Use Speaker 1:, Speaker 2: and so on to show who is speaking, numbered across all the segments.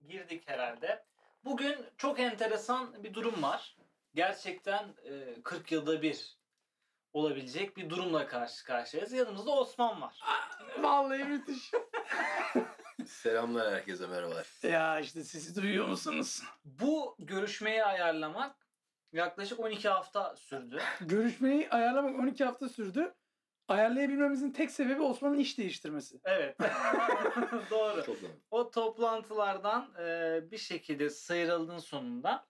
Speaker 1: bitirdik herhalde. Bugün çok enteresan bir durum var. Gerçekten e, 40 yılda bir olabilecek bir durumla karşı karşıyayız. Yanımızda Osman var.
Speaker 2: Vallahi müthiş.
Speaker 3: Selamlar herkese merhabalar.
Speaker 2: Ya işte sizi duyuyor musunuz?
Speaker 1: Bu görüşmeyi ayarlamak yaklaşık 12 hafta sürdü.
Speaker 2: Görüşmeyi ayarlamak 12 hafta sürdü. Ayarlayabilmemizin tek sebebi Osman'ın iş değiştirmesi.
Speaker 1: Evet. Doğru.
Speaker 3: Çok zaman.
Speaker 1: O toplantılardan e, bir şekilde sıyrıldın sonunda.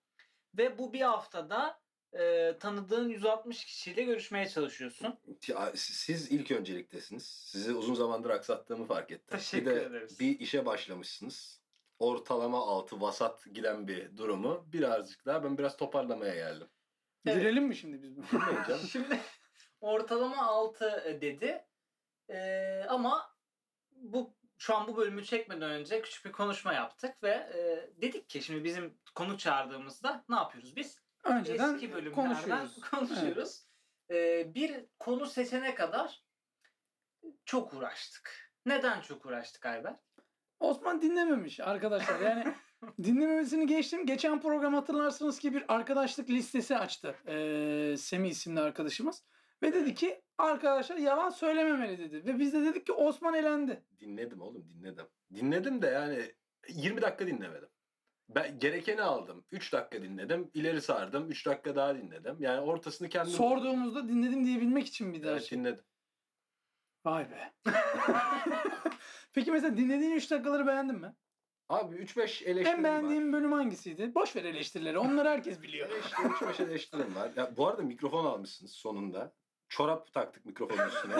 Speaker 1: Ve bu bir haftada e, tanıdığın 160 kişiyle görüşmeye çalışıyorsun.
Speaker 3: Ya, siz- Siz ilk önceliktesiniz. Sizi uzun zamandır aksattığımı fark ettim.
Speaker 1: Teşekkür
Speaker 3: bir de
Speaker 1: ederiz.
Speaker 3: bir işe başlamışsınız. Ortalama altı vasat giden bir durumu birazcık daha ben biraz toparlamaya geldim.
Speaker 1: Evet.
Speaker 2: Gülelim mi şimdi biz bunu?
Speaker 3: Ne canım?
Speaker 1: Şimdi ortalama 6 dedi. E, ama bu şu an bu bölümü çekmeden önce küçük bir konuşma yaptık ve e, dedik ki şimdi bizim konu çağırdığımızda ne yapıyoruz biz?
Speaker 2: Önceden
Speaker 1: eski bölümlerden
Speaker 2: konuşuyoruz.
Speaker 1: konuşuyoruz. Ee, bir konu seçene kadar çok uğraştık. Neden çok uğraştık Ayber?
Speaker 2: Osman dinlememiş arkadaşlar. Yani dinlememesini geçtim. Geçen program hatırlarsınız ki bir arkadaşlık listesi açtı. Ee, Semi isimli arkadaşımız. Ve dedi ki arkadaşlar yalan söylememeli dedi. Ve biz de dedik ki Osman elendi.
Speaker 3: Dinledim oğlum dinledim. Dinledim de yani 20 dakika dinlemedim. Ben gerekeni aldım. 3 dakika dinledim. İleri sardım. 3 dakika daha dinledim. Yani ortasını kendim...
Speaker 2: Sorduğumuzda dinledim diyebilmek için bir daha
Speaker 3: Evet,
Speaker 2: şey.
Speaker 3: dinledim.
Speaker 2: Vay be. Peki mesela dinlediğin 3 dakikaları beğendin mi?
Speaker 3: Abi 3-5 eleştirim
Speaker 2: En
Speaker 3: var.
Speaker 2: beğendiğin bölüm hangisiydi? Boş ver eleştirileri. Onları herkes biliyor.
Speaker 3: Eleştirim, üç beş eleştirim var. Ya, bu arada mikrofon almışsınız sonunda. Çorap taktık mikrofonun üstüne.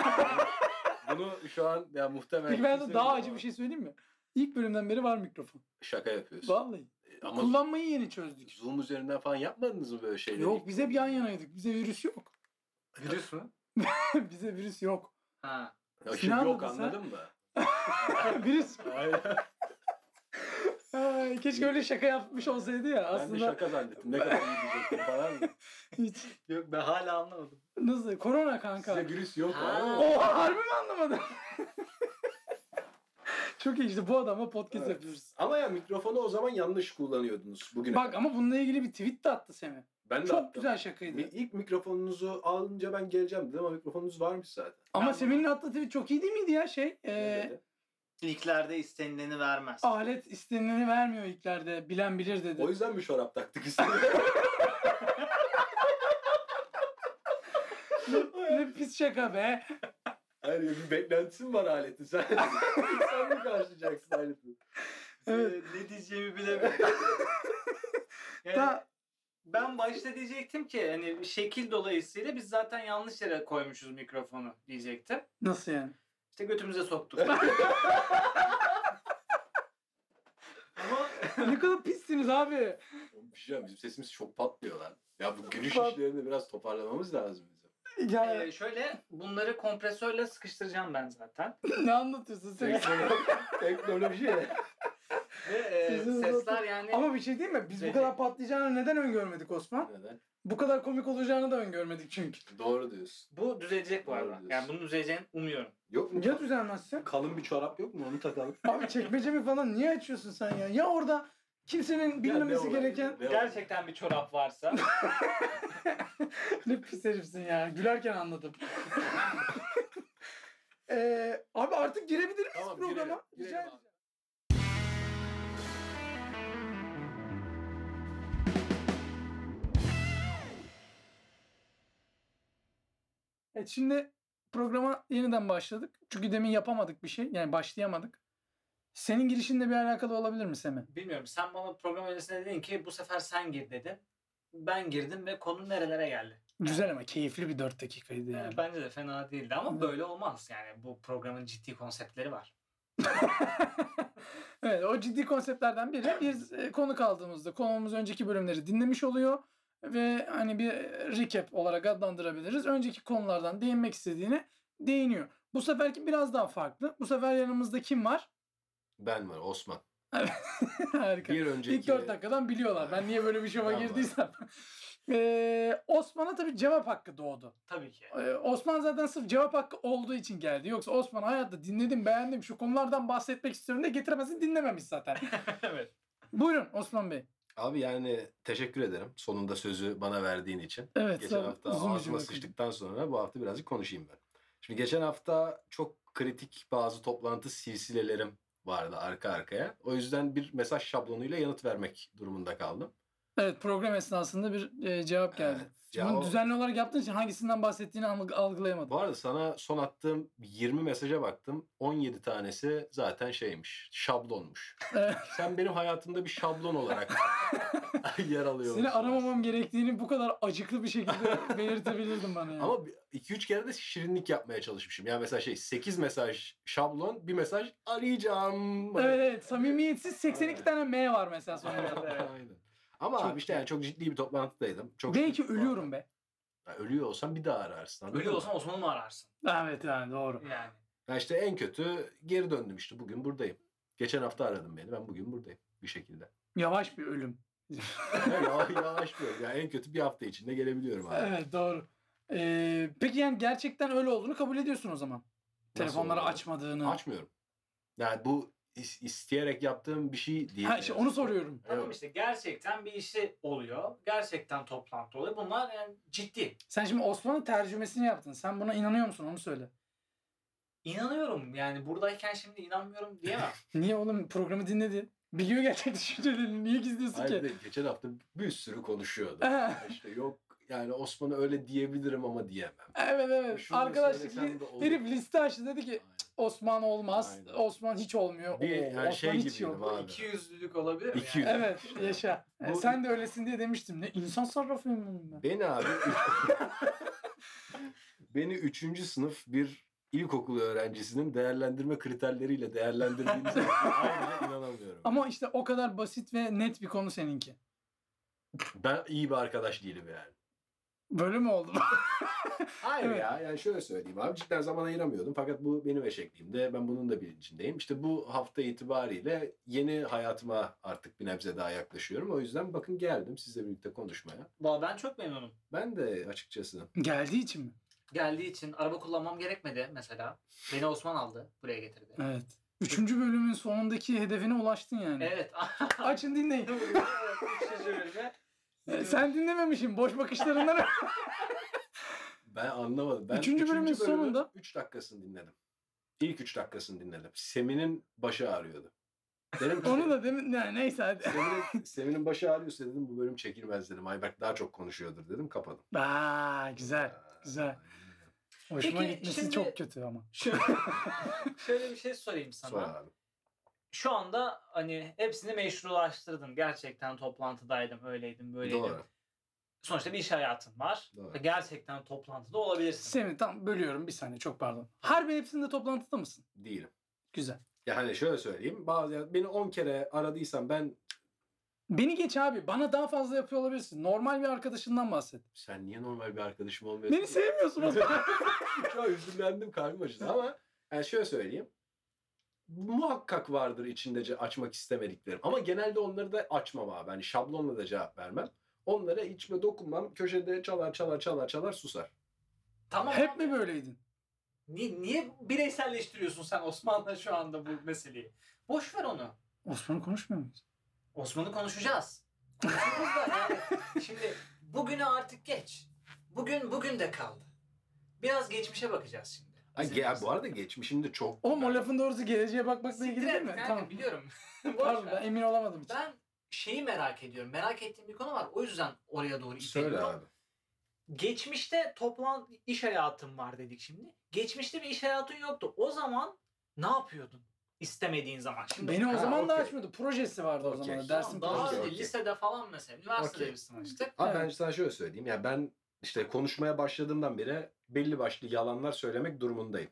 Speaker 3: Bunu şu an ya muhtemelen...
Speaker 2: Peki ben de
Speaker 3: kimse
Speaker 2: daha
Speaker 3: bilmiyor
Speaker 2: acı
Speaker 3: ama
Speaker 2: bir şey söyleyeyim mi? İlk bölümden beri var mikrofon.
Speaker 3: Şaka yapıyorsun. E,
Speaker 2: Vallahi.
Speaker 3: Ama
Speaker 2: Kullanmayı yeni çözdük.
Speaker 3: Zoom üzerinden falan yapmadınız mı böyle şeyleri?
Speaker 2: Yok biz hep yan yanaydık. Bize virüs yok.
Speaker 1: Virüs mü?
Speaker 2: Bize virüs yok.
Speaker 1: Ha.
Speaker 3: Ya şimdi
Speaker 2: Sinan
Speaker 3: yok
Speaker 2: dedi sen.
Speaker 3: anladın mı?
Speaker 2: virüs.
Speaker 3: Aynen.
Speaker 2: Ay, Keşke öyle şaka yapmış olsaydı ya.
Speaker 3: Ben de
Speaker 2: Aslında
Speaker 3: şaka zannettim. Ne kadar iyi diyecektim falan.
Speaker 2: hiç.
Speaker 1: Yok ben hala anlamadım.
Speaker 2: Nasıl? Korona kanka.
Speaker 3: Size virüs yok.
Speaker 1: Ha.
Speaker 3: ama-
Speaker 2: Oha harbi mi anlamadım? Çok iyi işte bu adama podcast
Speaker 3: Evet.
Speaker 2: yapıyoruz.
Speaker 3: Ama ya mikrofonu o zaman yanlış kullanıyordunuz bugüne.
Speaker 2: Bak ama bununla ilgili bir tweet de attı Semih.
Speaker 3: ben de
Speaker 2: Çok
Speaker 3: attım.
Speaker 2: güzel şakaydı.
Speaker 3: Mi- İlk mikrofonunuzu alınca ben geleceğim dedim ama mikrofonunuz varmış zaten.
Speaker 2: Ama
Speaker 1: Ben-
Speaker 2: Semih'in attığı tweet çok iyi değil miydi ya şey?
Speaker 3: Ne
Speaker 2: E,
Speaker 3: dedi?
Speaker 1: İlklerde istenileni vermez.
Speaker 2: alet istenileni vermiyor ilklerde. Bilen bilir dedi.
Speaker 3: O yüzden mi çorap taktık üstüne?
Speaker 2: ne pis şaka be.
Speaker 3: Ee, Hayır bir beklentisin var aletin. Sen, sen mi karşılayacaksın aleti?
Speaker 1: Ee,
Speaker 2: Evet.
Speaker 1: ne diyeceğimi bilemiyorum. Yani
Speaker 2: Da-
Speaker 1: ben başta diyecektim ki hani şekil dolayısıyla biz zaten yanlış yere koymuşuz mikrofonu diyecektim.
Speaker 2: Nasıl yani?
Speaker 1: İşte götümüze soktuk. Ama
Speaker 2: ne kadar pissiniz abi.
Speaker 3: Oğlum Bir şey diyeceğim, bizim sesimiz çok patlıyor lan. Ya bu gülüş
Speaker 2: Pat-
Speaker 3: işlerini biraz toparlamamız lazım bizim.
Speaker 2: Ya
Speaker 1: Ee, şöyle bunları kompresörle sıkıştıracağım ben zaten.
Speaker 2: ne anlatıyorsun sen?
Speaker 3: Teknolo- Teknoloji.
Speaker 1: Ve e,
Speaker 2: Sizin
Speaker 1: sesler
Speaker 2: zaten-
Speaker 1: yani
Speaker 2: Ama bir şey değil mi? Biz bu kadar patlayacağını neden öngörmedik Osman?
Speaker 3: Neden?
Speaker 2: Bu kadar komik olacağını da öngörmedik çünkü.
Speaker 3: Doğru diyorsun.
Speaker 1: bu düzelecek bu
Speaker 3: Doğru
Speaker 1: arada. Yani
Speaker 3: diyorsun.
Speaker 1: bunun düzeleceğini umuyorum.
Speaker 3: Yok mu?
Speaker 2: Ya düzelmezse?
Speaker 3: Kalın bir çorap yok mu? Onu takalım.
Speaker 2: Abi çekmecemi falan niye açıyorsun sen ya? Ya orada kimsenin
Speaker 3: Ya ne
Speaker 2: bilmemesi
Speaker 3: olabilir,
Speaker 2: gereken
Speaker 3: ne olabilir?
Speaker 1: Gerçekten bir çorap varsa
Speaker 2: Ne pis herifsin ya. Gülerken anladım. Ee, abi artık girebilir miyiz
Speaker 3: Tamam,
Speaker 2: programa?
Speaker 3: girelim,
Speaker 2: Rica
Speaker 3: girelim
Speaker 2: edeceğim.
Speaker 3: abi.
Speaker 2: Evet şimdi programa yeniden başladık. Çünkü demin yapamadık bir şey. Yani başlayamadık. Senin girişinle bir alakalı olabilir mi Semih?
Speaker 1: bilmiyorum. Sen bana program öncesinde dedin ki bu sefer sen gir dedin. Ben girdim ve konu nerelere geldi.
Speaker 2: Güzel ama keyifli bir 4 dakikaydı yani.
Speaker 1: Yani bence de fena değildi ama
Speaker 2: Evet.
Speaker 1: böyle olmaz yani. Bu programın ciddi konseptleri var.
Speaker 2: Evet o ciddi konseptlerden biri bir e, konuk aldığımızda konuğumuz önceki bölümleri dinlemiş oluyor ve hani bir recap olarak adlandırabiliriz. Önceki konulardan değinmek istediğine değiniyor. Bu seferki biraz daha farklı. Bu sefer yanımızda kim var?
Speaker 3: Ben var Osman.
Speaker 2: Harika.
Speaker 3: Bir önceki...
Speaker 2: İlk 4 dakikadan biliyorlar. Ben niye böyle bir şova
Speaker 3: Ben var.
Speaker 2: girdiysem. Ee, Osman'a tabii cevap hakkı doğdu.
Speaker 1: Tabii ki.
Speaker 2: Ee, Osman zaten sırf cevap hakkı olduğu için geldi. Yoksa Osman hayatta dinledim, beğendim, şu konulardan bahsetmek istiyorum diye getiremezsin dinlememiş zaten.
Speaker 1: evet.
Speaker 2: Buyurun Osman Bey.
Speaker 3: Abi yani teşekkür ederim. Sonunda sözü bana verdiğin için.
Speaker 2: Evet.
Speaker 3: Geçen
Speaker 2: sağ-
Speaker 3: hafta
Speaker 2: uzun bir
Speaker 3: ağzıma
Speaker 2: cümle
Speaker 3: sıçtıktan sonra bu hafta birazcık konuşayım ben. Şimdi geçen hafta çok kritik bazı toplantı silsilelerim vardı arka arkaya. O yüzden bir mesaj şablonuyla yanıt vermek durumunda kaldım. Ee,
Speaker 2: kurdum. Evet program esnasında bir e, cevap geldi.
Speaker 3: Evet,
Speaker 2: Bunu
Speaker 3: cevap-
Speaker 2: düzenli olarak yaptığın için hangisinden bahsettiğini algı- algılayamadım.
Speaker 3: Bu arada sana son attığım 20 mesaja baktım. 17 tanesi zaten şeymiş, şablonmuş.
Speaker 2: Evet.
Speaker 3: Sen benim hayatımda bir şablon olarak yer alıyorsun.
Speaker 2: Seni aramamam gerektiğini bu kadar acıklı bir şekilde belirtebilirdim bana yani.
Speaker 3: Ama 2-3 kere de şirinlik yapmaya çalışmışım. Yani mesela şey 8 mesaj şablon, bir mesaj arayacağım.
Speaker 2: Evet evet samimiyetsiz 82 tane M var mesela sonunda.
Speaker 3: Aynen. Ama
Speaker 1: Çok
Speaker 3: abi işte yani çok ciddi bir toplantıdaydım. Çok
Speaker 2: Belki
Speaker 3: ciddi bir
Speaker 2: ölüyorum be.
Speaker 3: toplantı- Ya ölüyor olsam bir daha ararsın. anladın
Speaker 1: Ölü
Speaker 3: mı?
Speaker 1: olsan Osman'ı mı ararsın?
Speaker 2: Evet yani doğru.
Speaker 1: Yani.
Speaker 3: Ya işte en kötü geri döndüm işte bugün buradayım. Geçen hafta aradım beni. Ben bugün buradayım bir şekilde.
Speaker 2: Yavaş bir ölüm.
Speaker 3: Ya yavaş yavaş böyle. Yani en kötü bir hafta içinde gelebiliyorum abi.
Speaker 2: Evet doğru. Ee, peki yani gerçekten öyle olduğunu kabul ediyorsun o zaman. Telefonları
Speaker 3: oluyor?
Speaker 2: açmadığını.
Speaker 3: Açmıyorum. Yani bu is- isteyerek yaptığım bir şey değil.
Speaker 2: ha işte onu soruyorum.
Speaker 1: Tamam
Speaker 3: Evet.
Speaker 1: işte gerçekten bir işi oluyor. Gerçekten toplantı oluyor. Bunlar yani ciddi.
Speaker 2: Sen şimdi Osmanlı tercümesini yaptın. Sen buna inanıyor musun onu söyle.
Speaker 1: İnanıyorum yani buradayken şimdi inanmıyorum diyemem.
Speaker 2: Niye oğlum programı dinledi. Biliyor gerçek düşüncelerini. Niye gizliyorsun
Speaker 3: Hayır,
Speaker 2: ki?
Speaker 3: bir de geçen hafta bir sürü konuşuyordu.
Speaker 2: Evet.
Speaker 3: işte yok yani Osman'a öyle diyebilirim ama diyemem.
Speaker 2: Evet evet.
Speaker 3: Şunu da
Speaker 2: Arkadaşlık
Speaker 3: söylesem de
Speaker 2: li-
Speaker 3: olur.
Speaker 2: herif liste açtı dedi ki Osman olmaz.
Speaker 3: Aynen.
Speaker 2: Osman hiç olmuyor.
Speaker 3: Bir
Speaker 2: Oo, Osman
Speaker 3: yani şey
Speaker 2: hiç
Speaker 3: gibiydim
Speaker 2: yok.
Speaker 3: abi.
Speaker 1: İki yüzlülük olabilir mi?
Speaker 3: İki
Speaker 1: yani?
Speaker 3: yüzlü.
Speaker 2: Evet yaşa. E,
Speaker 3: Bu-
Speaker 2: Sen de öylesin diye demiştim. Ne insan sarrafıyım benim ben.
Speaker 3: Beni abi beni üçüncü sınıf bir ilkokul öğrencisinin değerlendirme kriterleriyle değerlendirdiğinize ayrıca inanamıyorum.
Speaker 2: Ama işte o kadar basit ve net bir konu seninki.
Speaker 3: Ben iyi bir arkadaş değilim yani.
Speaker 2: Böyle mi oldu?
Speaker 3: Hayır
Speaker 2: Evet.
Speaker 3: ya yani şöyle söyleyeyim abi cidden zaman ayıramıyordum fakat bu benim eşekliğimde ben bunun da bilincindeyim. İşte bu hafta itibariyle yeni hayatıma artık bir nebze daha yaklaşıyorum. O yüzden bakın geldim sizle birlikte konuşmaya.
Speaker 1: Vallahi ben çok memnunum.
Speaker 3: Ben de açıkçası
Speaker 2: Geldiği için mi?
Speaker 1: Geldiği için araba kullanmam gerekmedi mesela. Beni Osman aldı. Buraya getirdi.
Speaker 2: Evet. Üçüncü bölümün sonundaki hedefine ulaştın yani.
Speaker 1: Evet.
Speaker 2: Açın dinleyin.
Speaker 1: Üçüncü bölümde.
Speaker 2: Ee, Sen dinlememişim. Boş bakışlarından.
Speaker 3: Ben anlamadım. Ben
Speaker 2: Üçüncü bölümün sonunda-
Speaker 3: 3 dakikasını dinledim. İlk 3 dakikasını dinledim. Semin'in başı ağrıyordu. Dedim ki,
Speaker 2: Onu da demin ne, neyse hadi.
Speaker 3: Semin'in, Semin'in başı ağrıyorsa dedim bu bölüm çekilmez dedim. Ayberk daha çok konuşuyordur dedim kapadım.
Speaker 2: Aa güzel.
Speaker 3: Aa,
Speaker 2: güzel. Hoşuma
Speaker 1: Peki,
Speaker 2: gitmesi
Speaker 1: şimdi-
Speaker 2: çok kötü ama.
Speaker 1: Şöyle, şöyle bir şey sorayım sana.
Speaker 3: Sonra abi.
Speaker 1: Şu anda hani hepsini meşrulaştırdın. Gerçekten toplantıdaydım, öyleydim, böyleydim.
Speaker 3: Doğru.
Speaker 1: Sonuçta bir iş hayatın var.
Speaker 3: Doğru.
Speaker 1: Gerçekten toplantıda olabilirsin.
Speaker 2: Semih tam bölüyorum bir saniye çok pardon. Harbi hepsinde toplantıda mısın?
Speaker 3: Değilim.
Speaker 2: Güzel.
Speaker 3: Ya hani şöyle söyleyeyim. Bazı ya beni 10 kere aradıysan ben
Speaker 2: Beni geç abi. Bana daha fazla yapıyor olabilirsin. Normal bir arkadaşından bahset.
Speaker 3: sen niye normal bir arkadaşım olmuyorsun?
Speaker 2: Beni sevmiyorsun o zaman.
Speaker 3: Şu an üzüldüm kalbim acıdı ama yani şöyle söyleyeyim. Muhakkak vardır içindece açmak istemediklerim. Ama genelde onları da açmam abi. Hani şablonla da cevap vermem. Onlara içme dokunmam. Köşede çalar çalar çalar çalar susar.
Speaker 1: Tamam.
Speaker 2: Hep
Speaker 1: abi.
Speaker 2: mi böyleydin?
Speaker 1: Niye, niye bireyselleştiriyorsun sen Osman'la şu anda bu meseleyi? Boş ver onu.
Speaker 2: Osman'ı konuşmuyor muyuz?
Speaker 1: Osman'ı konuşacağız. Konuşuruz da yani. Şimdi bugünü artık geç. Bugün bugün de kaldı. Biraz geçmişe bakacağız şimdi.
Speaker 3: Ay,
Speaker 1: Bizim
Speaker 3: ge-
Speaker 1: bizim.
Speaker 3: bu arada geçmişim de çok.
Speaker 2: Oğlum o lafın doğrusu geleceğe bakmakla ilgili
Speaker 1: Siktir
Speaker 2: değil
Speaker 1: et
Speaker 2: mi?
Speaker 1: kanka,
Speaker 2: Tamam.
Speaker 1: biliyorum. Boş
Speaker 2: Pardon
Speaker 1: ver.
Speaker 2: ben emin olamadım. hiç.
Speaker 1: Ben şeyi merak ediyorum. Merak ettiğim bir konu var. O yüzden oraya doğru
Speaker 3: Söyle
Speaker 1: iteliyorum.
Speaker 3: abi.
Speaker 1: Geçmişte toplan iş hayatım var dedik şimdi. Geçmişte bir iş hayatın yoktu. O zaman ne yapıyordun? istemediğin zaman. Şimdi
Speaker 2: Beni o
Speaker 3: Ha,
Speaker 2: zaman da
Speaker 3: okey.
Speaker 2: açmıyordu. Projesi vardı o zaman.
Speaker 3: Okey.
Speaker 2: da,
Speaker 1: Tamam,
Speaker 2: Dersin
Speaker 1: daha
Speaker 2: projesi.
Speaker 1: önce
Speaker 3: Okey.
Speaker 1: lisede falan mesela. Üniversitede
Speaker 3: Okey.
Speaker 1: biz tanıştık.
Speaker 3: Abi
Speaker 2: Evet.
Speaker 3: ben sana şöyle söyleyeyim. Ya ben işte konuşmaya başladığımdan beri belli başlı yalanlar söylemek durumundayım.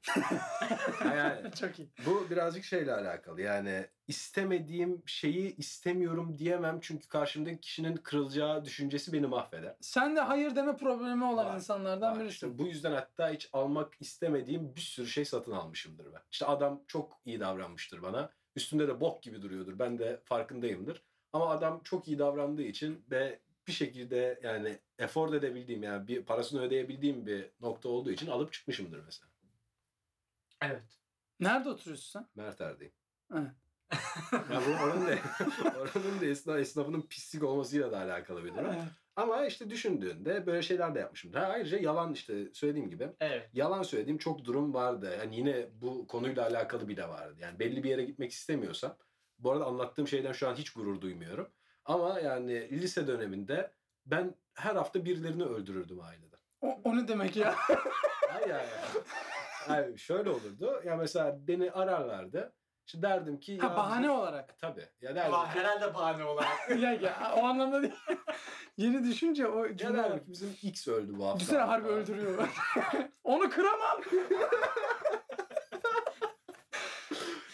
Speaker 3: yani
Speaker 2: Çok iyi.
Speaker 3: Bu birazcık şeyle alakalı yani istemediğim şeyi istemiyorum diyemem çünkü karşımdaki kişinin kırılacağı düşüncesi beni mahveder.
Speaker 2: Sen de hayır deme problemi olan
Speaker 3: Var,
Speaker 2: insanlardan
Speaker 3: Var.
Speaker 2: birisin.
Speaker 3: İşte bu yüzden hatta hiç almak istemediğim bir sürü şey satın almışımdır ben. İşte adam çok iyi davranmıştır bana. Üstünde de bok gibi duruyordur. Ben de farkındayımdır. Ama adam çok iyi davrandığı için ve bir şekilde yani efor edebildiğim yani bir parasını ödeyebildiğim bir nokta olduğu için alıp çıkmışımdır mesela.
Speaker 1: Evet.
Speaker 2: Nerede oturuyorsun sen?
Speaker 3: Mert Erdeğim. Ya bu oranın da, oranın da esna- esnafının pislik olmasıyla da alakalı bir durum. Ama işte düşündüğünde böyle şeyler de yapmışım. Ha, ayrıca yalan işte söylediğim gibi.
Speaker 1: Evet.
Speaker 3: Yalan söylediğim çok durum vardı. Yani yine bu konuyla alakalı bir de vardı. Yani belli bir yere gitmek istemiyorsam. Bu arada anlattığım şeyden şu an hiç gurur duymuyorum. Ama yani lise döneminde ben her hafta birilerini öldürürdüm ailede.
Speaker 2: O, o ne demek ya?
Speaker 3: Hayır hayır. Hayır şöyle olurdu. Ya mesela beni ararlardı. İşte derdim ki...
Speaker 2: Ha,
Speaker 3: ya-
Speaker 2: bahane olarak.
Speaker 3: Tabii. Ya derdim
Speaker 1: Ama
Speaker 3: ki-
Speaker 1: herhalde bahane olarak.
Speaker 2: ya, ya, o anlamda değil. Yeni düşünce o
Speaker 3: Ya
Speaker 2: cümle.
Speaker 3: derdim ki bizim X öldü bu hafta.
Speaker 2: Düşünsene harbi öldürüyor. Onu kıramam.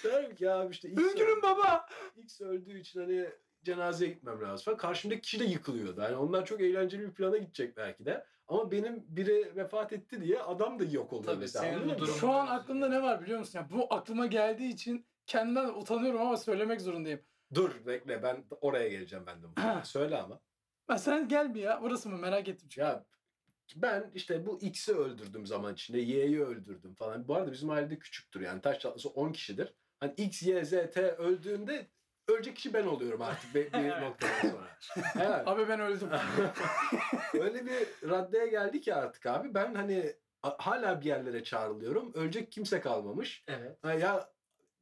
Speaker 3: Derdim ki ya abi işte X,
Speaker 2: Üzgünüm baba.
Speaker 3: öldü. X öldüğü için hani cenazeye gitmem lazım falan. Karşımdaki kişi de yıkılıyordu. Yani onlar çok eğlenceli bir plana gidecek belki de. Ama benim biri vefat etti diye adam da yok oluyor
Speaker 1: Tabii,
Speaker 3: mesela.
Speaker 1: senin bu
Speaker 3: anladın mı?
Speaker 1: durum-
Speaker 2: Şu an aklımda ne var biliyor musun? Ya, bu aklıma geldiği için kendimden utanıyorum ama söylemek zorundayım.
Speaker 3: Dur bekle ben oraya geleceğim ben de. mutlaka. Söyle ama.
Speaker 2: Ben sen gel bir ya. Orası mı? Merak ettim çünkü.
Speaker 3: Ya ben işte bu X'i öldürdüm zaman içinde. Y'yi öldürdüm falan. Bu arada bizim ailede küçüktür yani. Taş çatlası 10 kişidir. Hani X, Y, Z, T öldüğünde ölecek kişi ben oluyorum artık bir, bir
Speaker 1: Evet.
Speaker 3: noktadan sonra. Evet.
Speaker 2: Abi ben öldüm.
Speaker 3: Öyle bir raddeye geldi ki artık abi. Ben hani a- hala bir yerlere çağrılıyorum. Ölecek kimse kalmamış.
Speaker 1: evet.
Speaker 3: Ha ya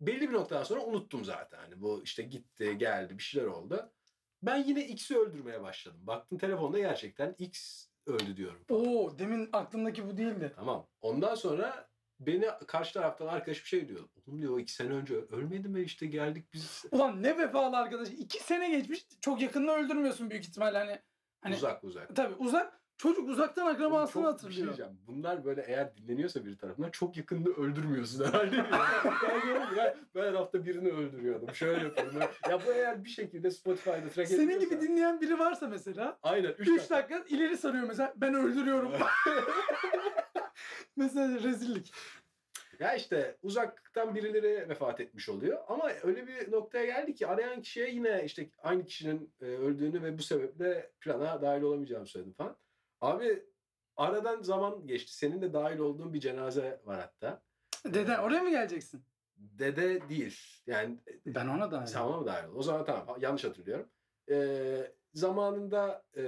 Speaker 3: belli bir noktadan sonra unuttum zaten. Hani bu işte gitti, geldi, bir şeyler oldu. Ben yine X'i öldürmeye başladım. Baktım telefonda gerçekten X öldü diyorum.
Speaker 2: Oo demin aklımdaki bu değildi.
Speaker 3: Tamam. Ondan sonra beni karşı taraftan arkadaş bir şey diyor. Oğlum diyor iki sene önce ölmedi mi işte geldik biz
Speaker 2: Ulan ne vefalı arkadaş. İki sene geçmiş. Çok yakında öldürmüyorsun büyük ihtimalle. Hani, hani
Speaker 3: uzak uzak.
Speaker 2: Tabii uzak. Çocuk uzaktan
Speaker 3: Oğlum
Speaker 2: akrabasını
Speaker 3: çok bir şey
Speaker 2: hatırlıyor.
Speaker 3: diyeceğim. Bunlar böyle eğer dinleniyorsa bir tarafından çok yakında öldürmüyorsun herhalde. ben diyorum ki, ben, ben her hafta birini öldürüyordum. Şöyle yapıyordum. Ya bu eğer bir şekilde Spotify'da track
Speaker 2: Senin
Speaker 3: ediliyorsa-
Speaker 2: gibi dinleyen biri varsa mesela
Speaker 3: Aynen 3
Speaker 2: 3 dakika ileri sarıyor mesela ben öldürüyorum. mesela rezillik.
Speaker 3: Ya işte uzaktan birileri vefat etmiş oluyor. Ama öyle bir noktaya geldi ki arayan kişiye yine işte aynı kişinin e, öldüğünü ve bu sebeple plana dahil olamayacağımı söyledim falan. Abi aradan zaman geçti. Senin de dahil olduğun bir cenaze var hatta.
Speaker 2: Deden oraya mı geleceksin?
Speaker 3: Dede değil. Yani
Speaker 2: Ben ona da.
Speaker 3: Sen ona mı dahil oldun? O zaman tamam ha- yanlış hatırlıyorum. Ee, zamanında e,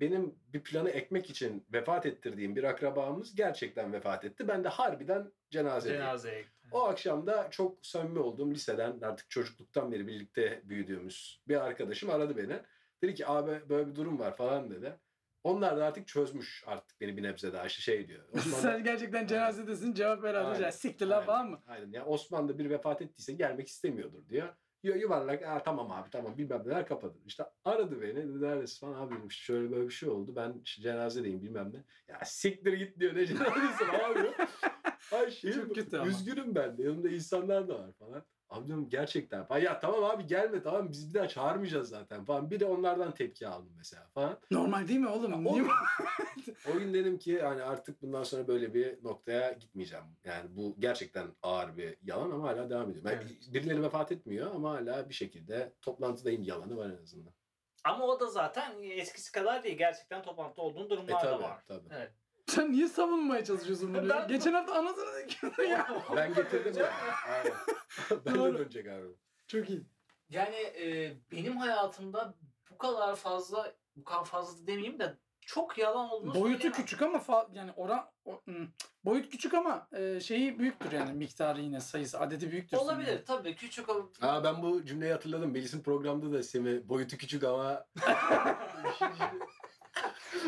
Speaker 3: benim bir planı ekmek için vefat ettirdiğim bir akrabamız gerçekten vefat etti. Ben de harbiden cenazedeyim.
Speaker 1: Cenazeye gittim.
Speaker 3: O akşam da çok samimi olduğum liseden artık çocukluktan beri birlikte büyüdüğümüz bir arkadaşım aradı beni. Dedi ki abi böyle bir durum var falan dedi. Onlar da artık çözmüş artık beni bir nebze daha işte şey diyor.
Speaker 2: Sen gerçekten cenazedesin cevap ver
Speaker 3: Aynen.
Speaker 2: alacaksın. Siktir lan
Speaker 3: Aynen,
Speaker 2: falan mı?
Speaker 3: Aynen. Ya Osmanlı bir vefat ettiyse gelmek istemiyordur diyor. Yu- Yuvarlak "Aa, tamam abi tamam bilmem neler kapadı. İşte aradı beni dedi neredesin falan abi dedim, işte şöyle böyle bir şey oldu ben işte cenazedeyim bilmem ne. Ya siktir git diyor ne cenazesi abi. Ay şey,
Speaker 2: Çok kötü ama.
Speaker 3: üzgünüm ben de yanımda insanlar da var falan. Abi diyorum gerçekten falan. Ya tamam abi gelme tamam biz bir daha çağırmayacağız zaten falan. Bir de onlardan tepki aldım mesela falan.
Speaker 2: Normal değil mi oğlum?
Speaker 3: Ya
Speaker 2: Niye-
Speaker 3: oğlum. O gün dedim ki hani artık bundan sonra böyle bir noktaya gitmeyeceğim. Yani bu gerçekten ağır bir yalan ama hala devam ediyor. Yani
Speaker 1: Evet.
Speaker 3: Birileri vefat etmiyor ama hala bir şekilde toplantıdayım yalanı var en azından. E,
Speaker 1: Ama o da zaten eskisi kadar değil. Gerçekten toplantıda olduğun
Speaker 3: E
Speaker 1: durumlar da
Speaker 3: tabi
Speaker 1: var.
Speaker 3: tabi.
Speaker 1: Evet.
Speaker 2: Sen niye savunmaya çalışıyorsun bunu? ya?
Speaker 1: Ben-
Speaker 2: Geçen hafta anasını ya.
Speaker 3: Ben getirdim yani. Aynen. Benden
Speaker 2: Doğru.
Speaker 3: önce galiba.
Speaker 2: Çok iyi.
Speaker 1: Yani e, benim hayatımda bu kadar fazla, bu kadar fazla demeyeyim de çok yalan olduğunu
Speaker 2: Boyutu
Speaker 1: söyleyemem.
Speaker 2: küçük ama fa- yani oran o- hmm. boyut küçük ama e, şeyi büyüktür yani miktarı yine sayısı adedi büyüktür.
Speaker 1: Olabilir tabii küçük ama
Speaker 3: Aa ben bu cümleyi hatırladım. Melis'in programda da Semi boyutu küçük ama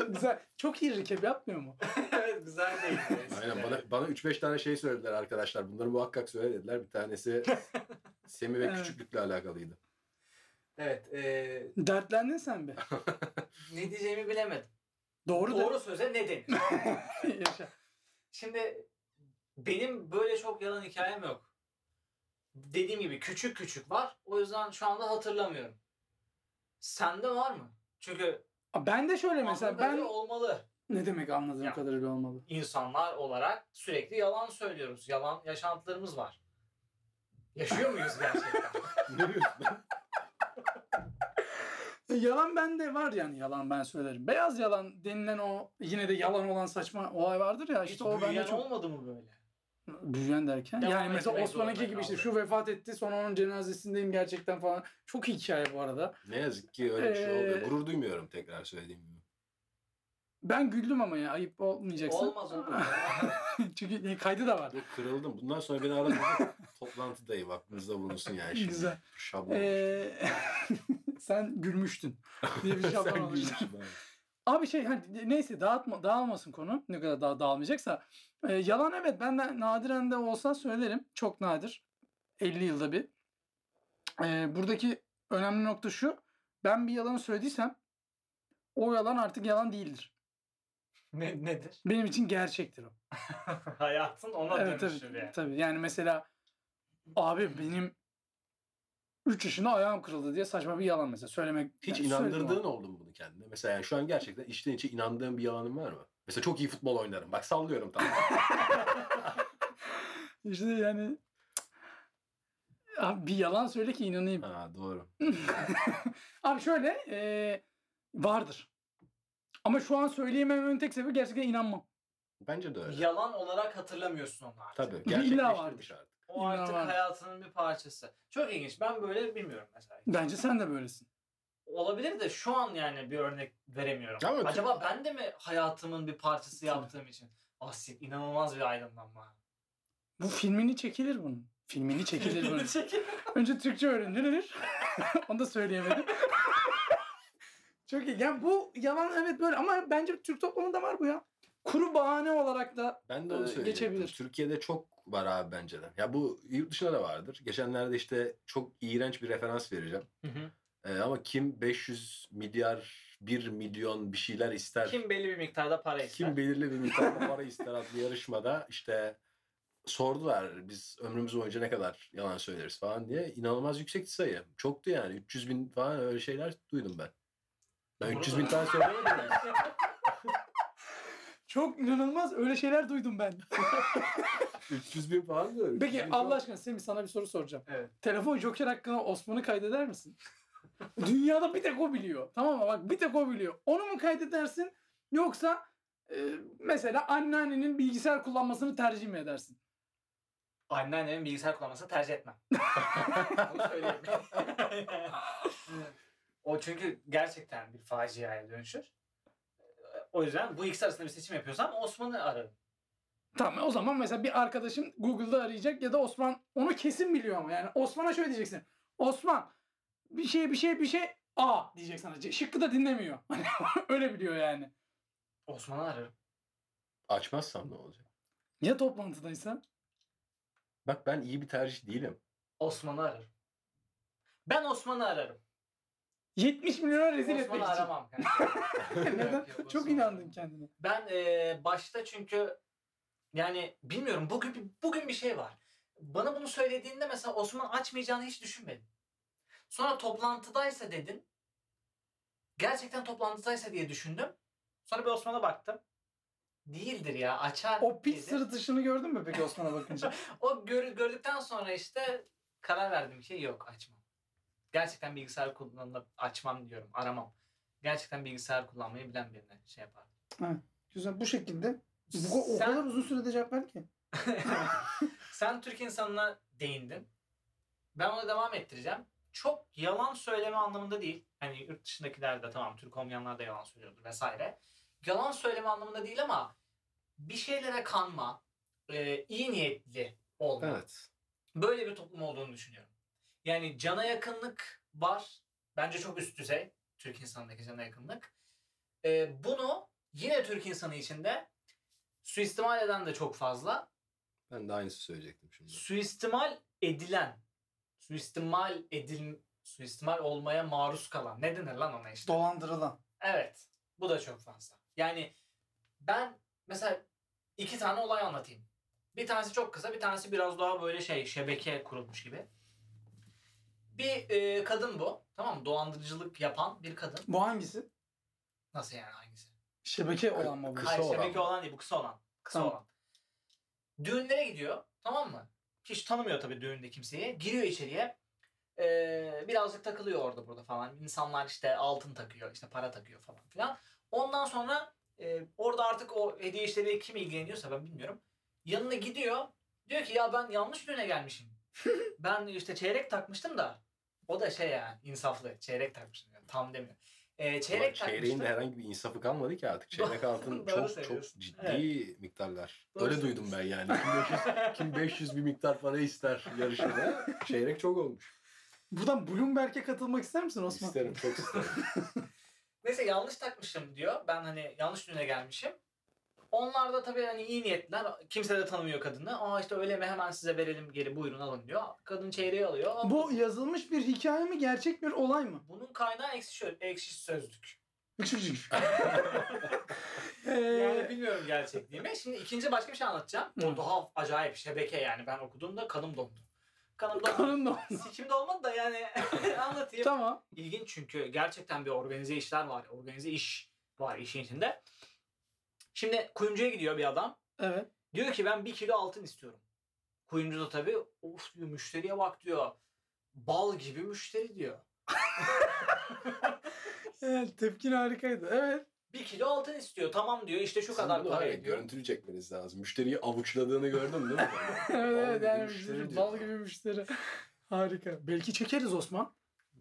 Speaker 2: Güzel. Çok iyi recap yapmıyor mu?
Speaker 1: evet güzel değil.
Speaker 3: Aynen bana bana 3-5 tane şey söylediler arkadaşlar. Bunları muhakkak söyle dediler. Bir tanesi Semi ve
Speaker 2: Evet.
Speaker 3: küçüklükle alakalıydı.
Speaker 1: Evet e,
Speaker 2: Dertlendin sen be.
Speaker 1: ne diyeceğimi bilemedim.
Speaker 2: Doğru,
Speaker 1: Doğru, söze ne denir?
Speaker 2: da. Yaşa.
Speaker 1: Şimdi benim böyle çok yalan hikayem yok. Dediğim gibi küçük küçük var. O yüzden şu anda hatırlamıyorum. Sende var mı? Çünkü
Speaker 2: Aa, Ben de şöyle mesela
Speaker 1: mesela
Speaker 2: ben
Speaker 1: olmalı.
Speaker 2: ne demek anladığım
Speaker 1: Ya.
Speaker 2: kadarıyla olmalı.
Speaker 1: insanlar olarak sürekli yalan söylüyoruz. Yalan yaşantılarımız var. Yaşıyor muyuz gerçekten?
Speaker 3: ne diyorsun lan?
Speaker 2: E, Yalan bende var yani yalan ben söylerim. Beyaz yalan denilen o yine de yalan olan saçma olay vardır ya işte
Speaker 1: Hiç
Speaker 2: o bende
Speaker 1: büyüyen
Speaker 2: çok
Speaker 1: olmadı mı böyle?
Speaker 2: Büyüyen derken.
Speaker 1: Devam
Speaker 2: yani mesela
Speaker 1: etmek
Speaker 2: Osman'ınki
Speaker 1: zorunda
Speaker 2: gibi işte
Speaker 1: kaldı.
Speaker 2: şu vefat etti sonra onun cenazesindeyim gerçekten falan. Çok iyi hikaye bu arada.
Speaker 3: Ne yazık ki öyle bir şey
Speaker 2: Ee,
Speaker 3: oldu. Gurur duymuyorum tekrar söylediğim gibi.
Speaker 2: Ben güldüm ama ya ayıp olmayacaksın.
Speaker 1: Olmaz olur.
Speaker 2: Çünkü kaydı da var.
Speaker 3: Ve kırıldım. Bundan sonra beni aradığınızda toplantıdayım. Aklınızda bulunsun yani şimdi.
Speaker 2: Güzel.
Speaker 3: Şablon.
Speaker 2: Ee, sen gülmüştün diye bir şey şablon
Speaker 3: Sen
Speaker 2: olmuş.
Speaker 3: gülmüşsün abi.
Speaker 2: Abi şey hani neyse dağıtma, dağılmasın konu. Ne kadar daha dağılmayacaksa. Ee, yalan evet ben de nadiren de olsa söylerim. Çok nadir. 50 yılda bir. Ee, buradaki önemli nokta şu. Ben bir yalanı söylediysem o yalan artık yalan değildir.
Speaker 1: ne, nedir?
Speaker 2: Benim için gerçektir o.
Speaker 1: Hayatın ona
Speaker 2: evet tabii.
Speaker 1: dönüşür yani.
Speaker 2: Tabii yani mesela abi benim 3 yaşında ayağım kırıldı diye saçma bir yalan mesela söylemek.
Speaker 3: Hiç
Speaker 2: yani söyledim
Speaker 3: inandırdığın
Speaker 2: ama.
Speaker 3: oldu mu bunu kendine? Mesela yani şu an gerçekten içten içe inandığın bir yalanın var mı? Mesela çok iyi futbol oynarım. Bak sallıyorum tamam.
Speaker 2: İşte yani cık. abi bir yalan söyle ki inanayım.
Speaker 3: ha doğru.
Speaker 2: Abi şöyle e, vardır. Ama şu an söyleyemememin tek sebebi gerçekten inanmam.
Speaker 3: Bence de öyle.
Speaker 1: Yalan olarak hatırlamıyorsun onu artık.
Speaker 3: Tabii
Speaker 2: İlla vardır.
Speaker 3: gerçekleştirmiş artık.
Speaker 1: O artık
Speaker 2: İnanamam.
Speaker 1: hayatının bir parçası. Çok ilginç. Ben böyle bilmiyorum mesela.
Speaker 2: Bence sen de böylesin.
Speaker 1: Olabilir de şu an yani bir örnek veremiyorum.
Speaker 3: Ama Türk-
Speaker 1: Acaba ben de mi hayatımın bir parçası
Speaker 2: Tabii.
Speaker 1: yaptığım için? Asil inanılmaz bir aydınlanma.
Speaker 2: Bu filmini çekilir bunun. Filmini çekilir bunun.
Speaker 1: Çekil.
Speaker 2: Önce Türkçe öğrenilir. Onu da söyleyemedim. Çok iyi. Yani bu yalan evet böyle ama bence Türk toplumunda var bu ya. Kuru bahane olarak da
Speaker 3: Ben de onu
Speaker 2: Ee,
Speaker 3: söyleyecektim.
Speaker 2: geçebilir.
Speaker 3: Türkiye'de çok var abi bence de. Ya bu yurt dışında da vardır. Geçenlerde işte çok iğrenç bir referans vereceğim.
Speaker 1: Hı hı.
Speaker 3: Ee, ama kim 500 milyar, 1 milyon bir şeyler ister.
Speaker 1: Kim belli bir miktarda para ister.
Speaker 3: Kim belirli bir miktarda para ister adlı yarışmada işte sordular biz ömrümüz boyunca ne kadar yalan söyleriz falan diye. İnanılmaz yüksekti sayı. Çoktu yani. 300 bin falan öyle şeyler duydum ben. Ben 300 bin tane söylemedim. yani.
Speaker 2: çok inanılmaz öyle şeyler duydum ben.
Speaker 3: 300 bin falan da öyle.
Speaker 2: Peki Allah aşkına Semih sana bir soru soracağım.
Speaker 1: Evet.
Speaker 2: Telefon Joker hakkında Osman'ı kaydeder misin? Dünyada bir tek o biliyor. Tamam mı? Bak bir tek o biliyor. Onu mu kaydedersin yoksa e, mesela anneannenin bilgisayar kullanmasını tercih mi edersin?
Speaker 1: Anneannemin bilgisayar kullanmasını tercih etmem. Onu söyleyeyim. o çünkü gerçekten bir faciaya dönüşür. O yüzden bu ikisi arasında bir seçim yapıyorsam Osman'ı ararım.
Speaker 2: Tamam o zaman mesela bir arkadaşım Google'da arayacak ya da Osman onu kesin biliyor ama yani Osman'a şöyle diyeceksin. Osman bir şey bir şey bir şey A diyecek sana. C- Şıkkı da dinlemiyor. Öyle biliyor yani.
Speaker 1: Osman'ı ararım.
Speaker 3: Açmazsam ne olacak?
Speaker 2: Ya toplantıdaysa?
Speaker 3: Bak ben iyi bir tercih değilim.
Speaker 1: Osman'ı ararım. Ben Osman'ı ararım.
Speaker 2: 70 milyona rezil etmek
Speaker 1: Osman'ı
Speaker 2: için.
Speaker 1: aramam kanka.
Speaker 2: Neden?
Speaker 1: Yok, yok,
Speaker 2: Çok
Speaker 1: Osman.
Speaker 2: inandın kendine.
Speaker 1: Ben eee, başta çünkü yani bilmiyorum bugün bugün bir şey var. Bana bunu söylediğinde mesela Osman açmayacağını hiç düşünmedim. Sonra toplantıdaysa dedin. Gerçekten toplantıdaysa diye düşündüm. Sonra bir Osman'a baktım. Değildir ya açar.
Speaker 2: O piç
Speaker 1: dedi.
Speaker 2: sırıtışını gördün mü peki Osman'a bakınca?
Speaker 1: O gör- gördükten sonra işte karar verdim ki yok açmam. Gerçekten bilgisayar kullanıp açmam diyorum aramam. Gerçekten bilgisayar kullanmayı bilen birine şey yapar.
Speaker 2: Güzel bu şekilde.
Speaker 1: Sen-
Speaker 2: sürede cevap ver ki.
Speaker 1: Sen Türk insanına değindin. Ben ona devam ettireceğim. Çok yalan söyleme anlamında değil. Hani yurt dışındakiler de tamam Türk olmayanlar da yalan söylüyordur vesaire. Yalan söyleme anlamında değil ama bir şeylere kanma, e, iyi niyetli olma.
Speaker 3: Evet.
Speaker 1: Böyle bir toplum olduğunu düşünüyorum. Yani cana yakınlık var. Bence çok üst düzey. Türk insanındaki cana yakınlık. E, bunu yine Türk insanı içinde suistimal eden de çok fazla
Speaker 3: Ben de aynısı söyleyecektim şimdi.
Speaker 1: suistimal edilen, suistimal edil, suistimal olmaya maruz kalan. Ne denir lan ona işte?
Speaker 2: Dolandırılan.
Speaker 1: Evet. Bu da çok fazla. Yani ben mesela iki tane olay anlatayım. Bir tanesi çok kısa, bir tanesi biraz daha böyle şey şebeke kurulmuş gibi. Bir e, kadın bu. Tamam mı? Dolandırıcılık yapan bir kadın.
Speaker 2: Bu hangisi?
Speaker 1: Nasıl yani hangisi?
Speaker 2: Şebeke olan mı bu?
Speaker 3: Kısa
Speaker 1: Hayır
Speaker 3: olan
Speaker 1: şebeke
Speaker 3: mı?
Speaker 1: olan değil bu kısa olan. Kısa
Speaker 2: Tamam.
Speaker 1: olan. Düğünlere gidiyor tamam mı? Hiç tanımıyor tabii düğünde kimseyi. Giriyor içeriye. Ee, birazcık takılıyor orada burada falan. İnsanlar işte altın takıyor, işte para takıyor falan filan. Ondan sonra e, orada artık o hediye işleri kim ilgileniyorsa ben bilmiyorum. Yanına gidiyor. Diyor ki ya ben yanlış düğüne gelmişim. ben işte çeyrek takmıştım da o da şey yani insaflı çeyrek takmıştım yani, tam demiyor. Ee,
Speaker 3: Çeyrek
Speaker 1: çeyrek
Speaker 3: çeyreğin
Speaker 1: takmıştım.
Speaker 3: de herhangi bir insafı kalmadı ki artık. Çeyrek altın
Speaker 1: Doğru
Speaker 3: çok çok
Speaker 1: söylüyorsun.
Speaker 3: ciddi
Speaker 1: Evet.
Speaker 3: miktarlar.
Speaker 1: Doğru
Speaker 3: Öyle duydum ben yani. Kim 500, kim 500 bir miktar para ister yarışmada. Çeyrek çok olmuş.
Speaker 2: Buradan Bloomberg'e katılmak ister misin Osman?
Speaker 3: İsterim çok isterim.
Speaker 1: Neyse yanlış takmışım diyor. Ben hani yanlış düğüne gelmişim. Onlar da tabii hani iyi niyetliler. Kimse de tanımıyor kadını. Aa işte öyle mi hemen size verelim geri buyurun alın diyor. Kadın çeyreği alıyor. Aa,
Speaker 2: Bu yazılmış bir hikaye mi gerçek bir olay mı?
Speaker 1: Bunun kaynağı ekşi, şö- ekşi sözlük.
Speaker 2: Ee,
Speaker 1: Yani bilmiyorum gerçekliğimi. Şimdi ikinci başka bir şey anlatacağım.
Speaker 2: Hı.
Speaker 1: O daha acayip şebeke yani. Ben okuduğumda kanım dondu. Kanım dondu.
Speaker 2: kanun da-
Speaker 1: Sikim dolmadı da yani anlatayım.
Speaker 2: tamam.
Speaker 1: İlginç çünkü gerçekten bir organize işler var. Organize iş var işin içinde. Şimdi kuyumcuya gidiyor bir adam.
Speaker 2: Evet.
Speaker 1: Diyor ki ben bir kilo altın istiyorum. Kuyumcu da tabii of diyor müşteriye bak diyor. Bal gibi müşteri diyor.
Speaker 2: Evet, tepkin harikaydı. Evet.
Speaker 1: Bir kilo altın istiyor. Tamam diyor işte şu
Speaker 3: Sizin
Speaker 1: kadar
Speaker 3: bunu
Speaker 1: para
Speaker 3: hayır,
Speaker 1: ediyor.
Speaker 3: Görüntülü çekmeniz lazım. Müşteriyi avuçladığını gördün değil mi? Bal
Speaker 2: Evet, evet.
Speaker 3: gibi
Speaker 2: Yani
Speaker 3: müşteri
Speaker 2: müşteri,
Speaker 3: diyor.
Speaker 2: bal gibi müşteri. Harika. Belki çekeriz Osman.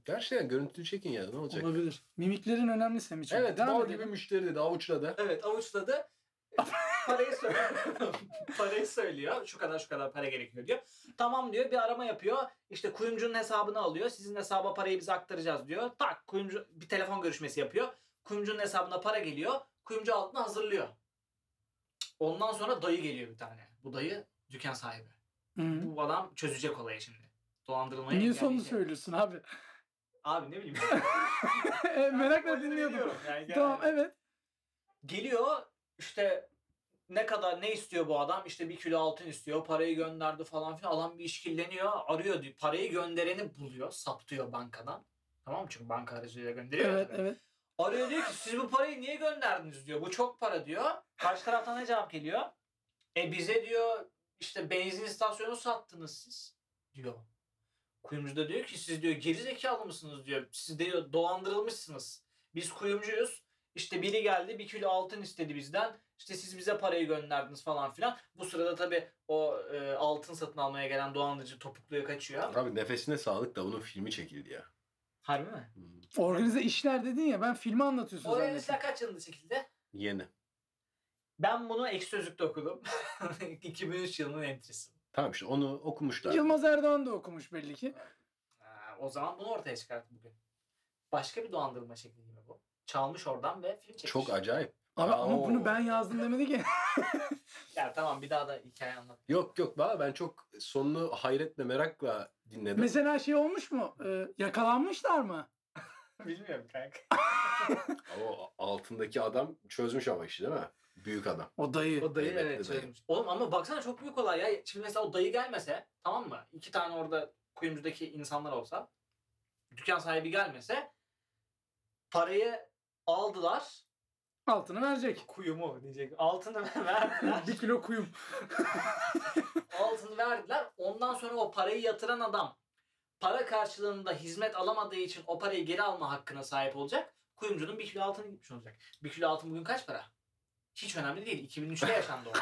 Speaker 3: Gerçekten görüntülü çekin ya ne olacak?
Speaker 2: Olabilir. Mimiklerin önemli senin için.
Speaker 3: Evet
Speaker 2: Devam
Speaker 3: bal
Speaker 2: edelim.
Speaker 3: gibi müşteri dedi avuçladı.
Speaker 1: Evet avuçladı. parayı söylüyor. parayı söylüyor. Şu kadar şu kadar para gerekiyor diyor. Tamam diyor bir arama yapıyor. İşte kuyumcunun hesabını alıyor. Sizin hesaba parayı biz aktaracağız diyor. Tak kuyumcu bir telefon görüşmesi yapıyor. Kuyumcunun hesabına para geliyor. Kuyumcu altına hazırlıyor. Ondan sonra dayı geliyor bir tane. Bu dayı dükkan sahibi.
Speaker 2: Hı.
Speaker 1: Bu adam çözecek olayı şimdi. Dolandırılmayı
Speaker 2: Niye sonunu
Speaker 1: engelleyecek.
Speaker 2: söylüyorsun abi?
Speaker 1: Abi ne bileyim.
Speaker 2: E, merakla
Speaker 1: Spoiler
Speaker 2: dinliyordum.
Speaker 1: veriyorum yani.
Speaker 2: Tamam
Speaker 1: Yani-
Speaker 2: evet.
Speaker 1: Geliyor işte ne kadar ne istiyor bu adam? İşte bir kilo altın istiyor. Parayı gönderdi falan filan. Adam bir işkilleniyor. Arıyor diyor. Parayı göndereni buluyor. Saptıyor bankadan. Tamam mı? Çünkü banka aracılığıyla gönderiyor. ya
Speaker 2: Evet
Speaker 1: tabii.
Speaker 2: evet.
Speaker 1: Arıyor diyor ki siz bu parayı niye gönderdiniz diyor. Bu çok para diyor. Karşı taraftan ne cevap geliyor? E bize diyor işte benzin istasyonu sattınız siz diyor. Kuyumcu da diyor ki siz diyor geri zekalı mısınız diyor. Siz diyor dolandırılmışsınız. Biz kuyumcuyuz. İşte biri geldi bir kilo altın istedi bizden. İşte siz bize parayı gönderdiniz falan filan. Bu sırada tabii o e, altın satın almaya gelen dolandırıcı topukluya kaçıyor.
Speaker 3: Abi nefesine sağlık da bunun filmi çekildi ya.
Speaker 1: Harbi mi?
Speaker 3: Hmm.
Speaker 2: Organize işler dedin ya ben filmi anlatıyorsun
Speaker 1: Oraya
Speaker 2: zannettim.
Speaker 1: mesela kaç yılında çekildi?
Speaker 3: Yeni.
Speaker 1: Ben bunu ek sözlükte okudum. 2003 yılının entrisi.
Speaker 3: Tamam işte onu okumuşlar.
Speaker 2: Yılmaz Erdoğan da okumuş belli ki.
Speaker 1: Ha, Ee, o zaman bunu ortaya çıkart bugün. Başka bir dolandırma şekli gibi bu. Çalmış oradan ve film çekmiş.
Speaker 3: Çok acayip.
Speaker 2: Abi ama
Speaker 3: Aa, o.
Speaker 2: bunu ben yazdım demedi ki.
Speaker 1: Ya tamam bir daha da hikaye anlat.
Speaker 3: Yok yok valla ben çok sonunu hayretle merakla dinledim.
Speaker 2: Mesela şey olmuş mu? Ee, yakalanmışlar mı?
Speaker 1: Bilmiyorum kanka.
Speaker 3: O altındaki adam çözmüş ama işi değil mi? Büyük adam.
Speaker 2: O dayı.
Speaker 1: O dayı evet,
Speaker 3: Elbette dayı.
Speaker 1: çözmüş. Oğlum ama baksana çok büyük olay ya. Şimdi mesela o dayı gelmese tamam mı? İki tane orada kuyumcudaki insanlar olsa. Dükkan sahibi gelmese. Parayı aldılar.
Speaker 2: Altını verecek.
Speaker 1: Kuyumu diyecek. Altını verdiler.
Speaker 2: bir kilo kuyum.
Speaker 1: altını verdiler. Ondan sonra o parayı yatıran adam para karşılığında hizmet alamadığı için o parayı geri alma hakkına sahip olacak. Kuyumcunun bir kilo altını gitmiş olacak. Bir kilo altın bugün kaç para? Hiç önemli değil. 2003'te yaşandı o.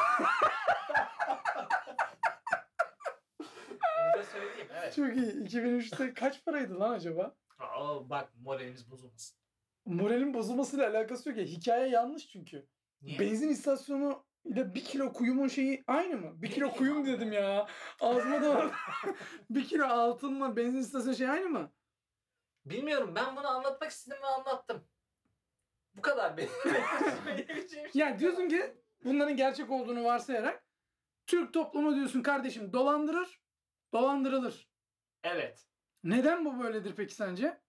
Speaker 1: Bunu da söyleyeyim. Evet.
Speaker 2: Çok iyi. 2003'te kaç paraydı lan acaba?
Speaker 1: Aa, bak moralimiz bozulmasın.
Speaker 2: Moralin bozulmasıyla alakası yok ya. Hikaye yanlış çünkü.
Speaker 1: Niye?
Speaker 2: Benzin istasyonu ile bir kilo kuyumun şeyi aynı mı? Bir
Speaker 1: Ne
Speaker 2: kilo
Speaker 1: bileyim
Speaker 2: kuyum
Speaker 1: abi
Speaker 2: dedim
Speaker 1: ya.
Speaker 2: ya. Ağzıma dolan. bir kilo altınla benzin istasyonu şey aynı mı?
Speaker 1: Bilmiyorum. Ben bunu anlatmak istedim ve anlattım. Bu kadar benim. söyleyeceğim şey.
Speaker 2: Yani diyorsun ki bunların gerçek olduğunu varsayarak Türk toplumu diyorsun kardeşim dolandırır, dolandırılır.
Speaker 1: Evet.
Speaker 2: Neden bu böyledir peki sence?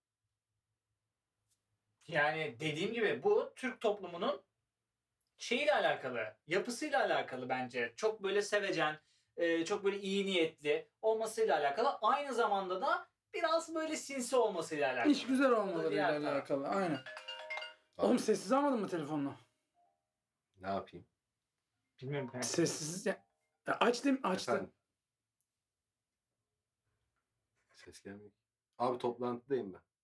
Speaker 1: Yani dediğim gibi bu Türk toplumunun şeyiyle alakalı, yapısıyla alakalı bence. Çok böyle sevecen, e, çok böyle iyi niyetli olmasıyla alakalı. Aynı zamanda da biraz böyle sinsi olmasıyla alakalı.
Speaker 2: İş güzel olmalarıyla
Speaker 1: Diğer taraf.
Speaker 2: alakalı. Aynen.
Speaker 3: Abi,
Speaker 2: Oğlum sessiz almadın mı telefonunu?
Speaker 3: ne yapayım?
Speaker 1: Bilmiyorum kanka.
Speaker 2: Sessiz. Ya, ya aç dem açtı.
Speaker 3: Efendim? Ses gelmiyor. Abi toplantıdayım ben.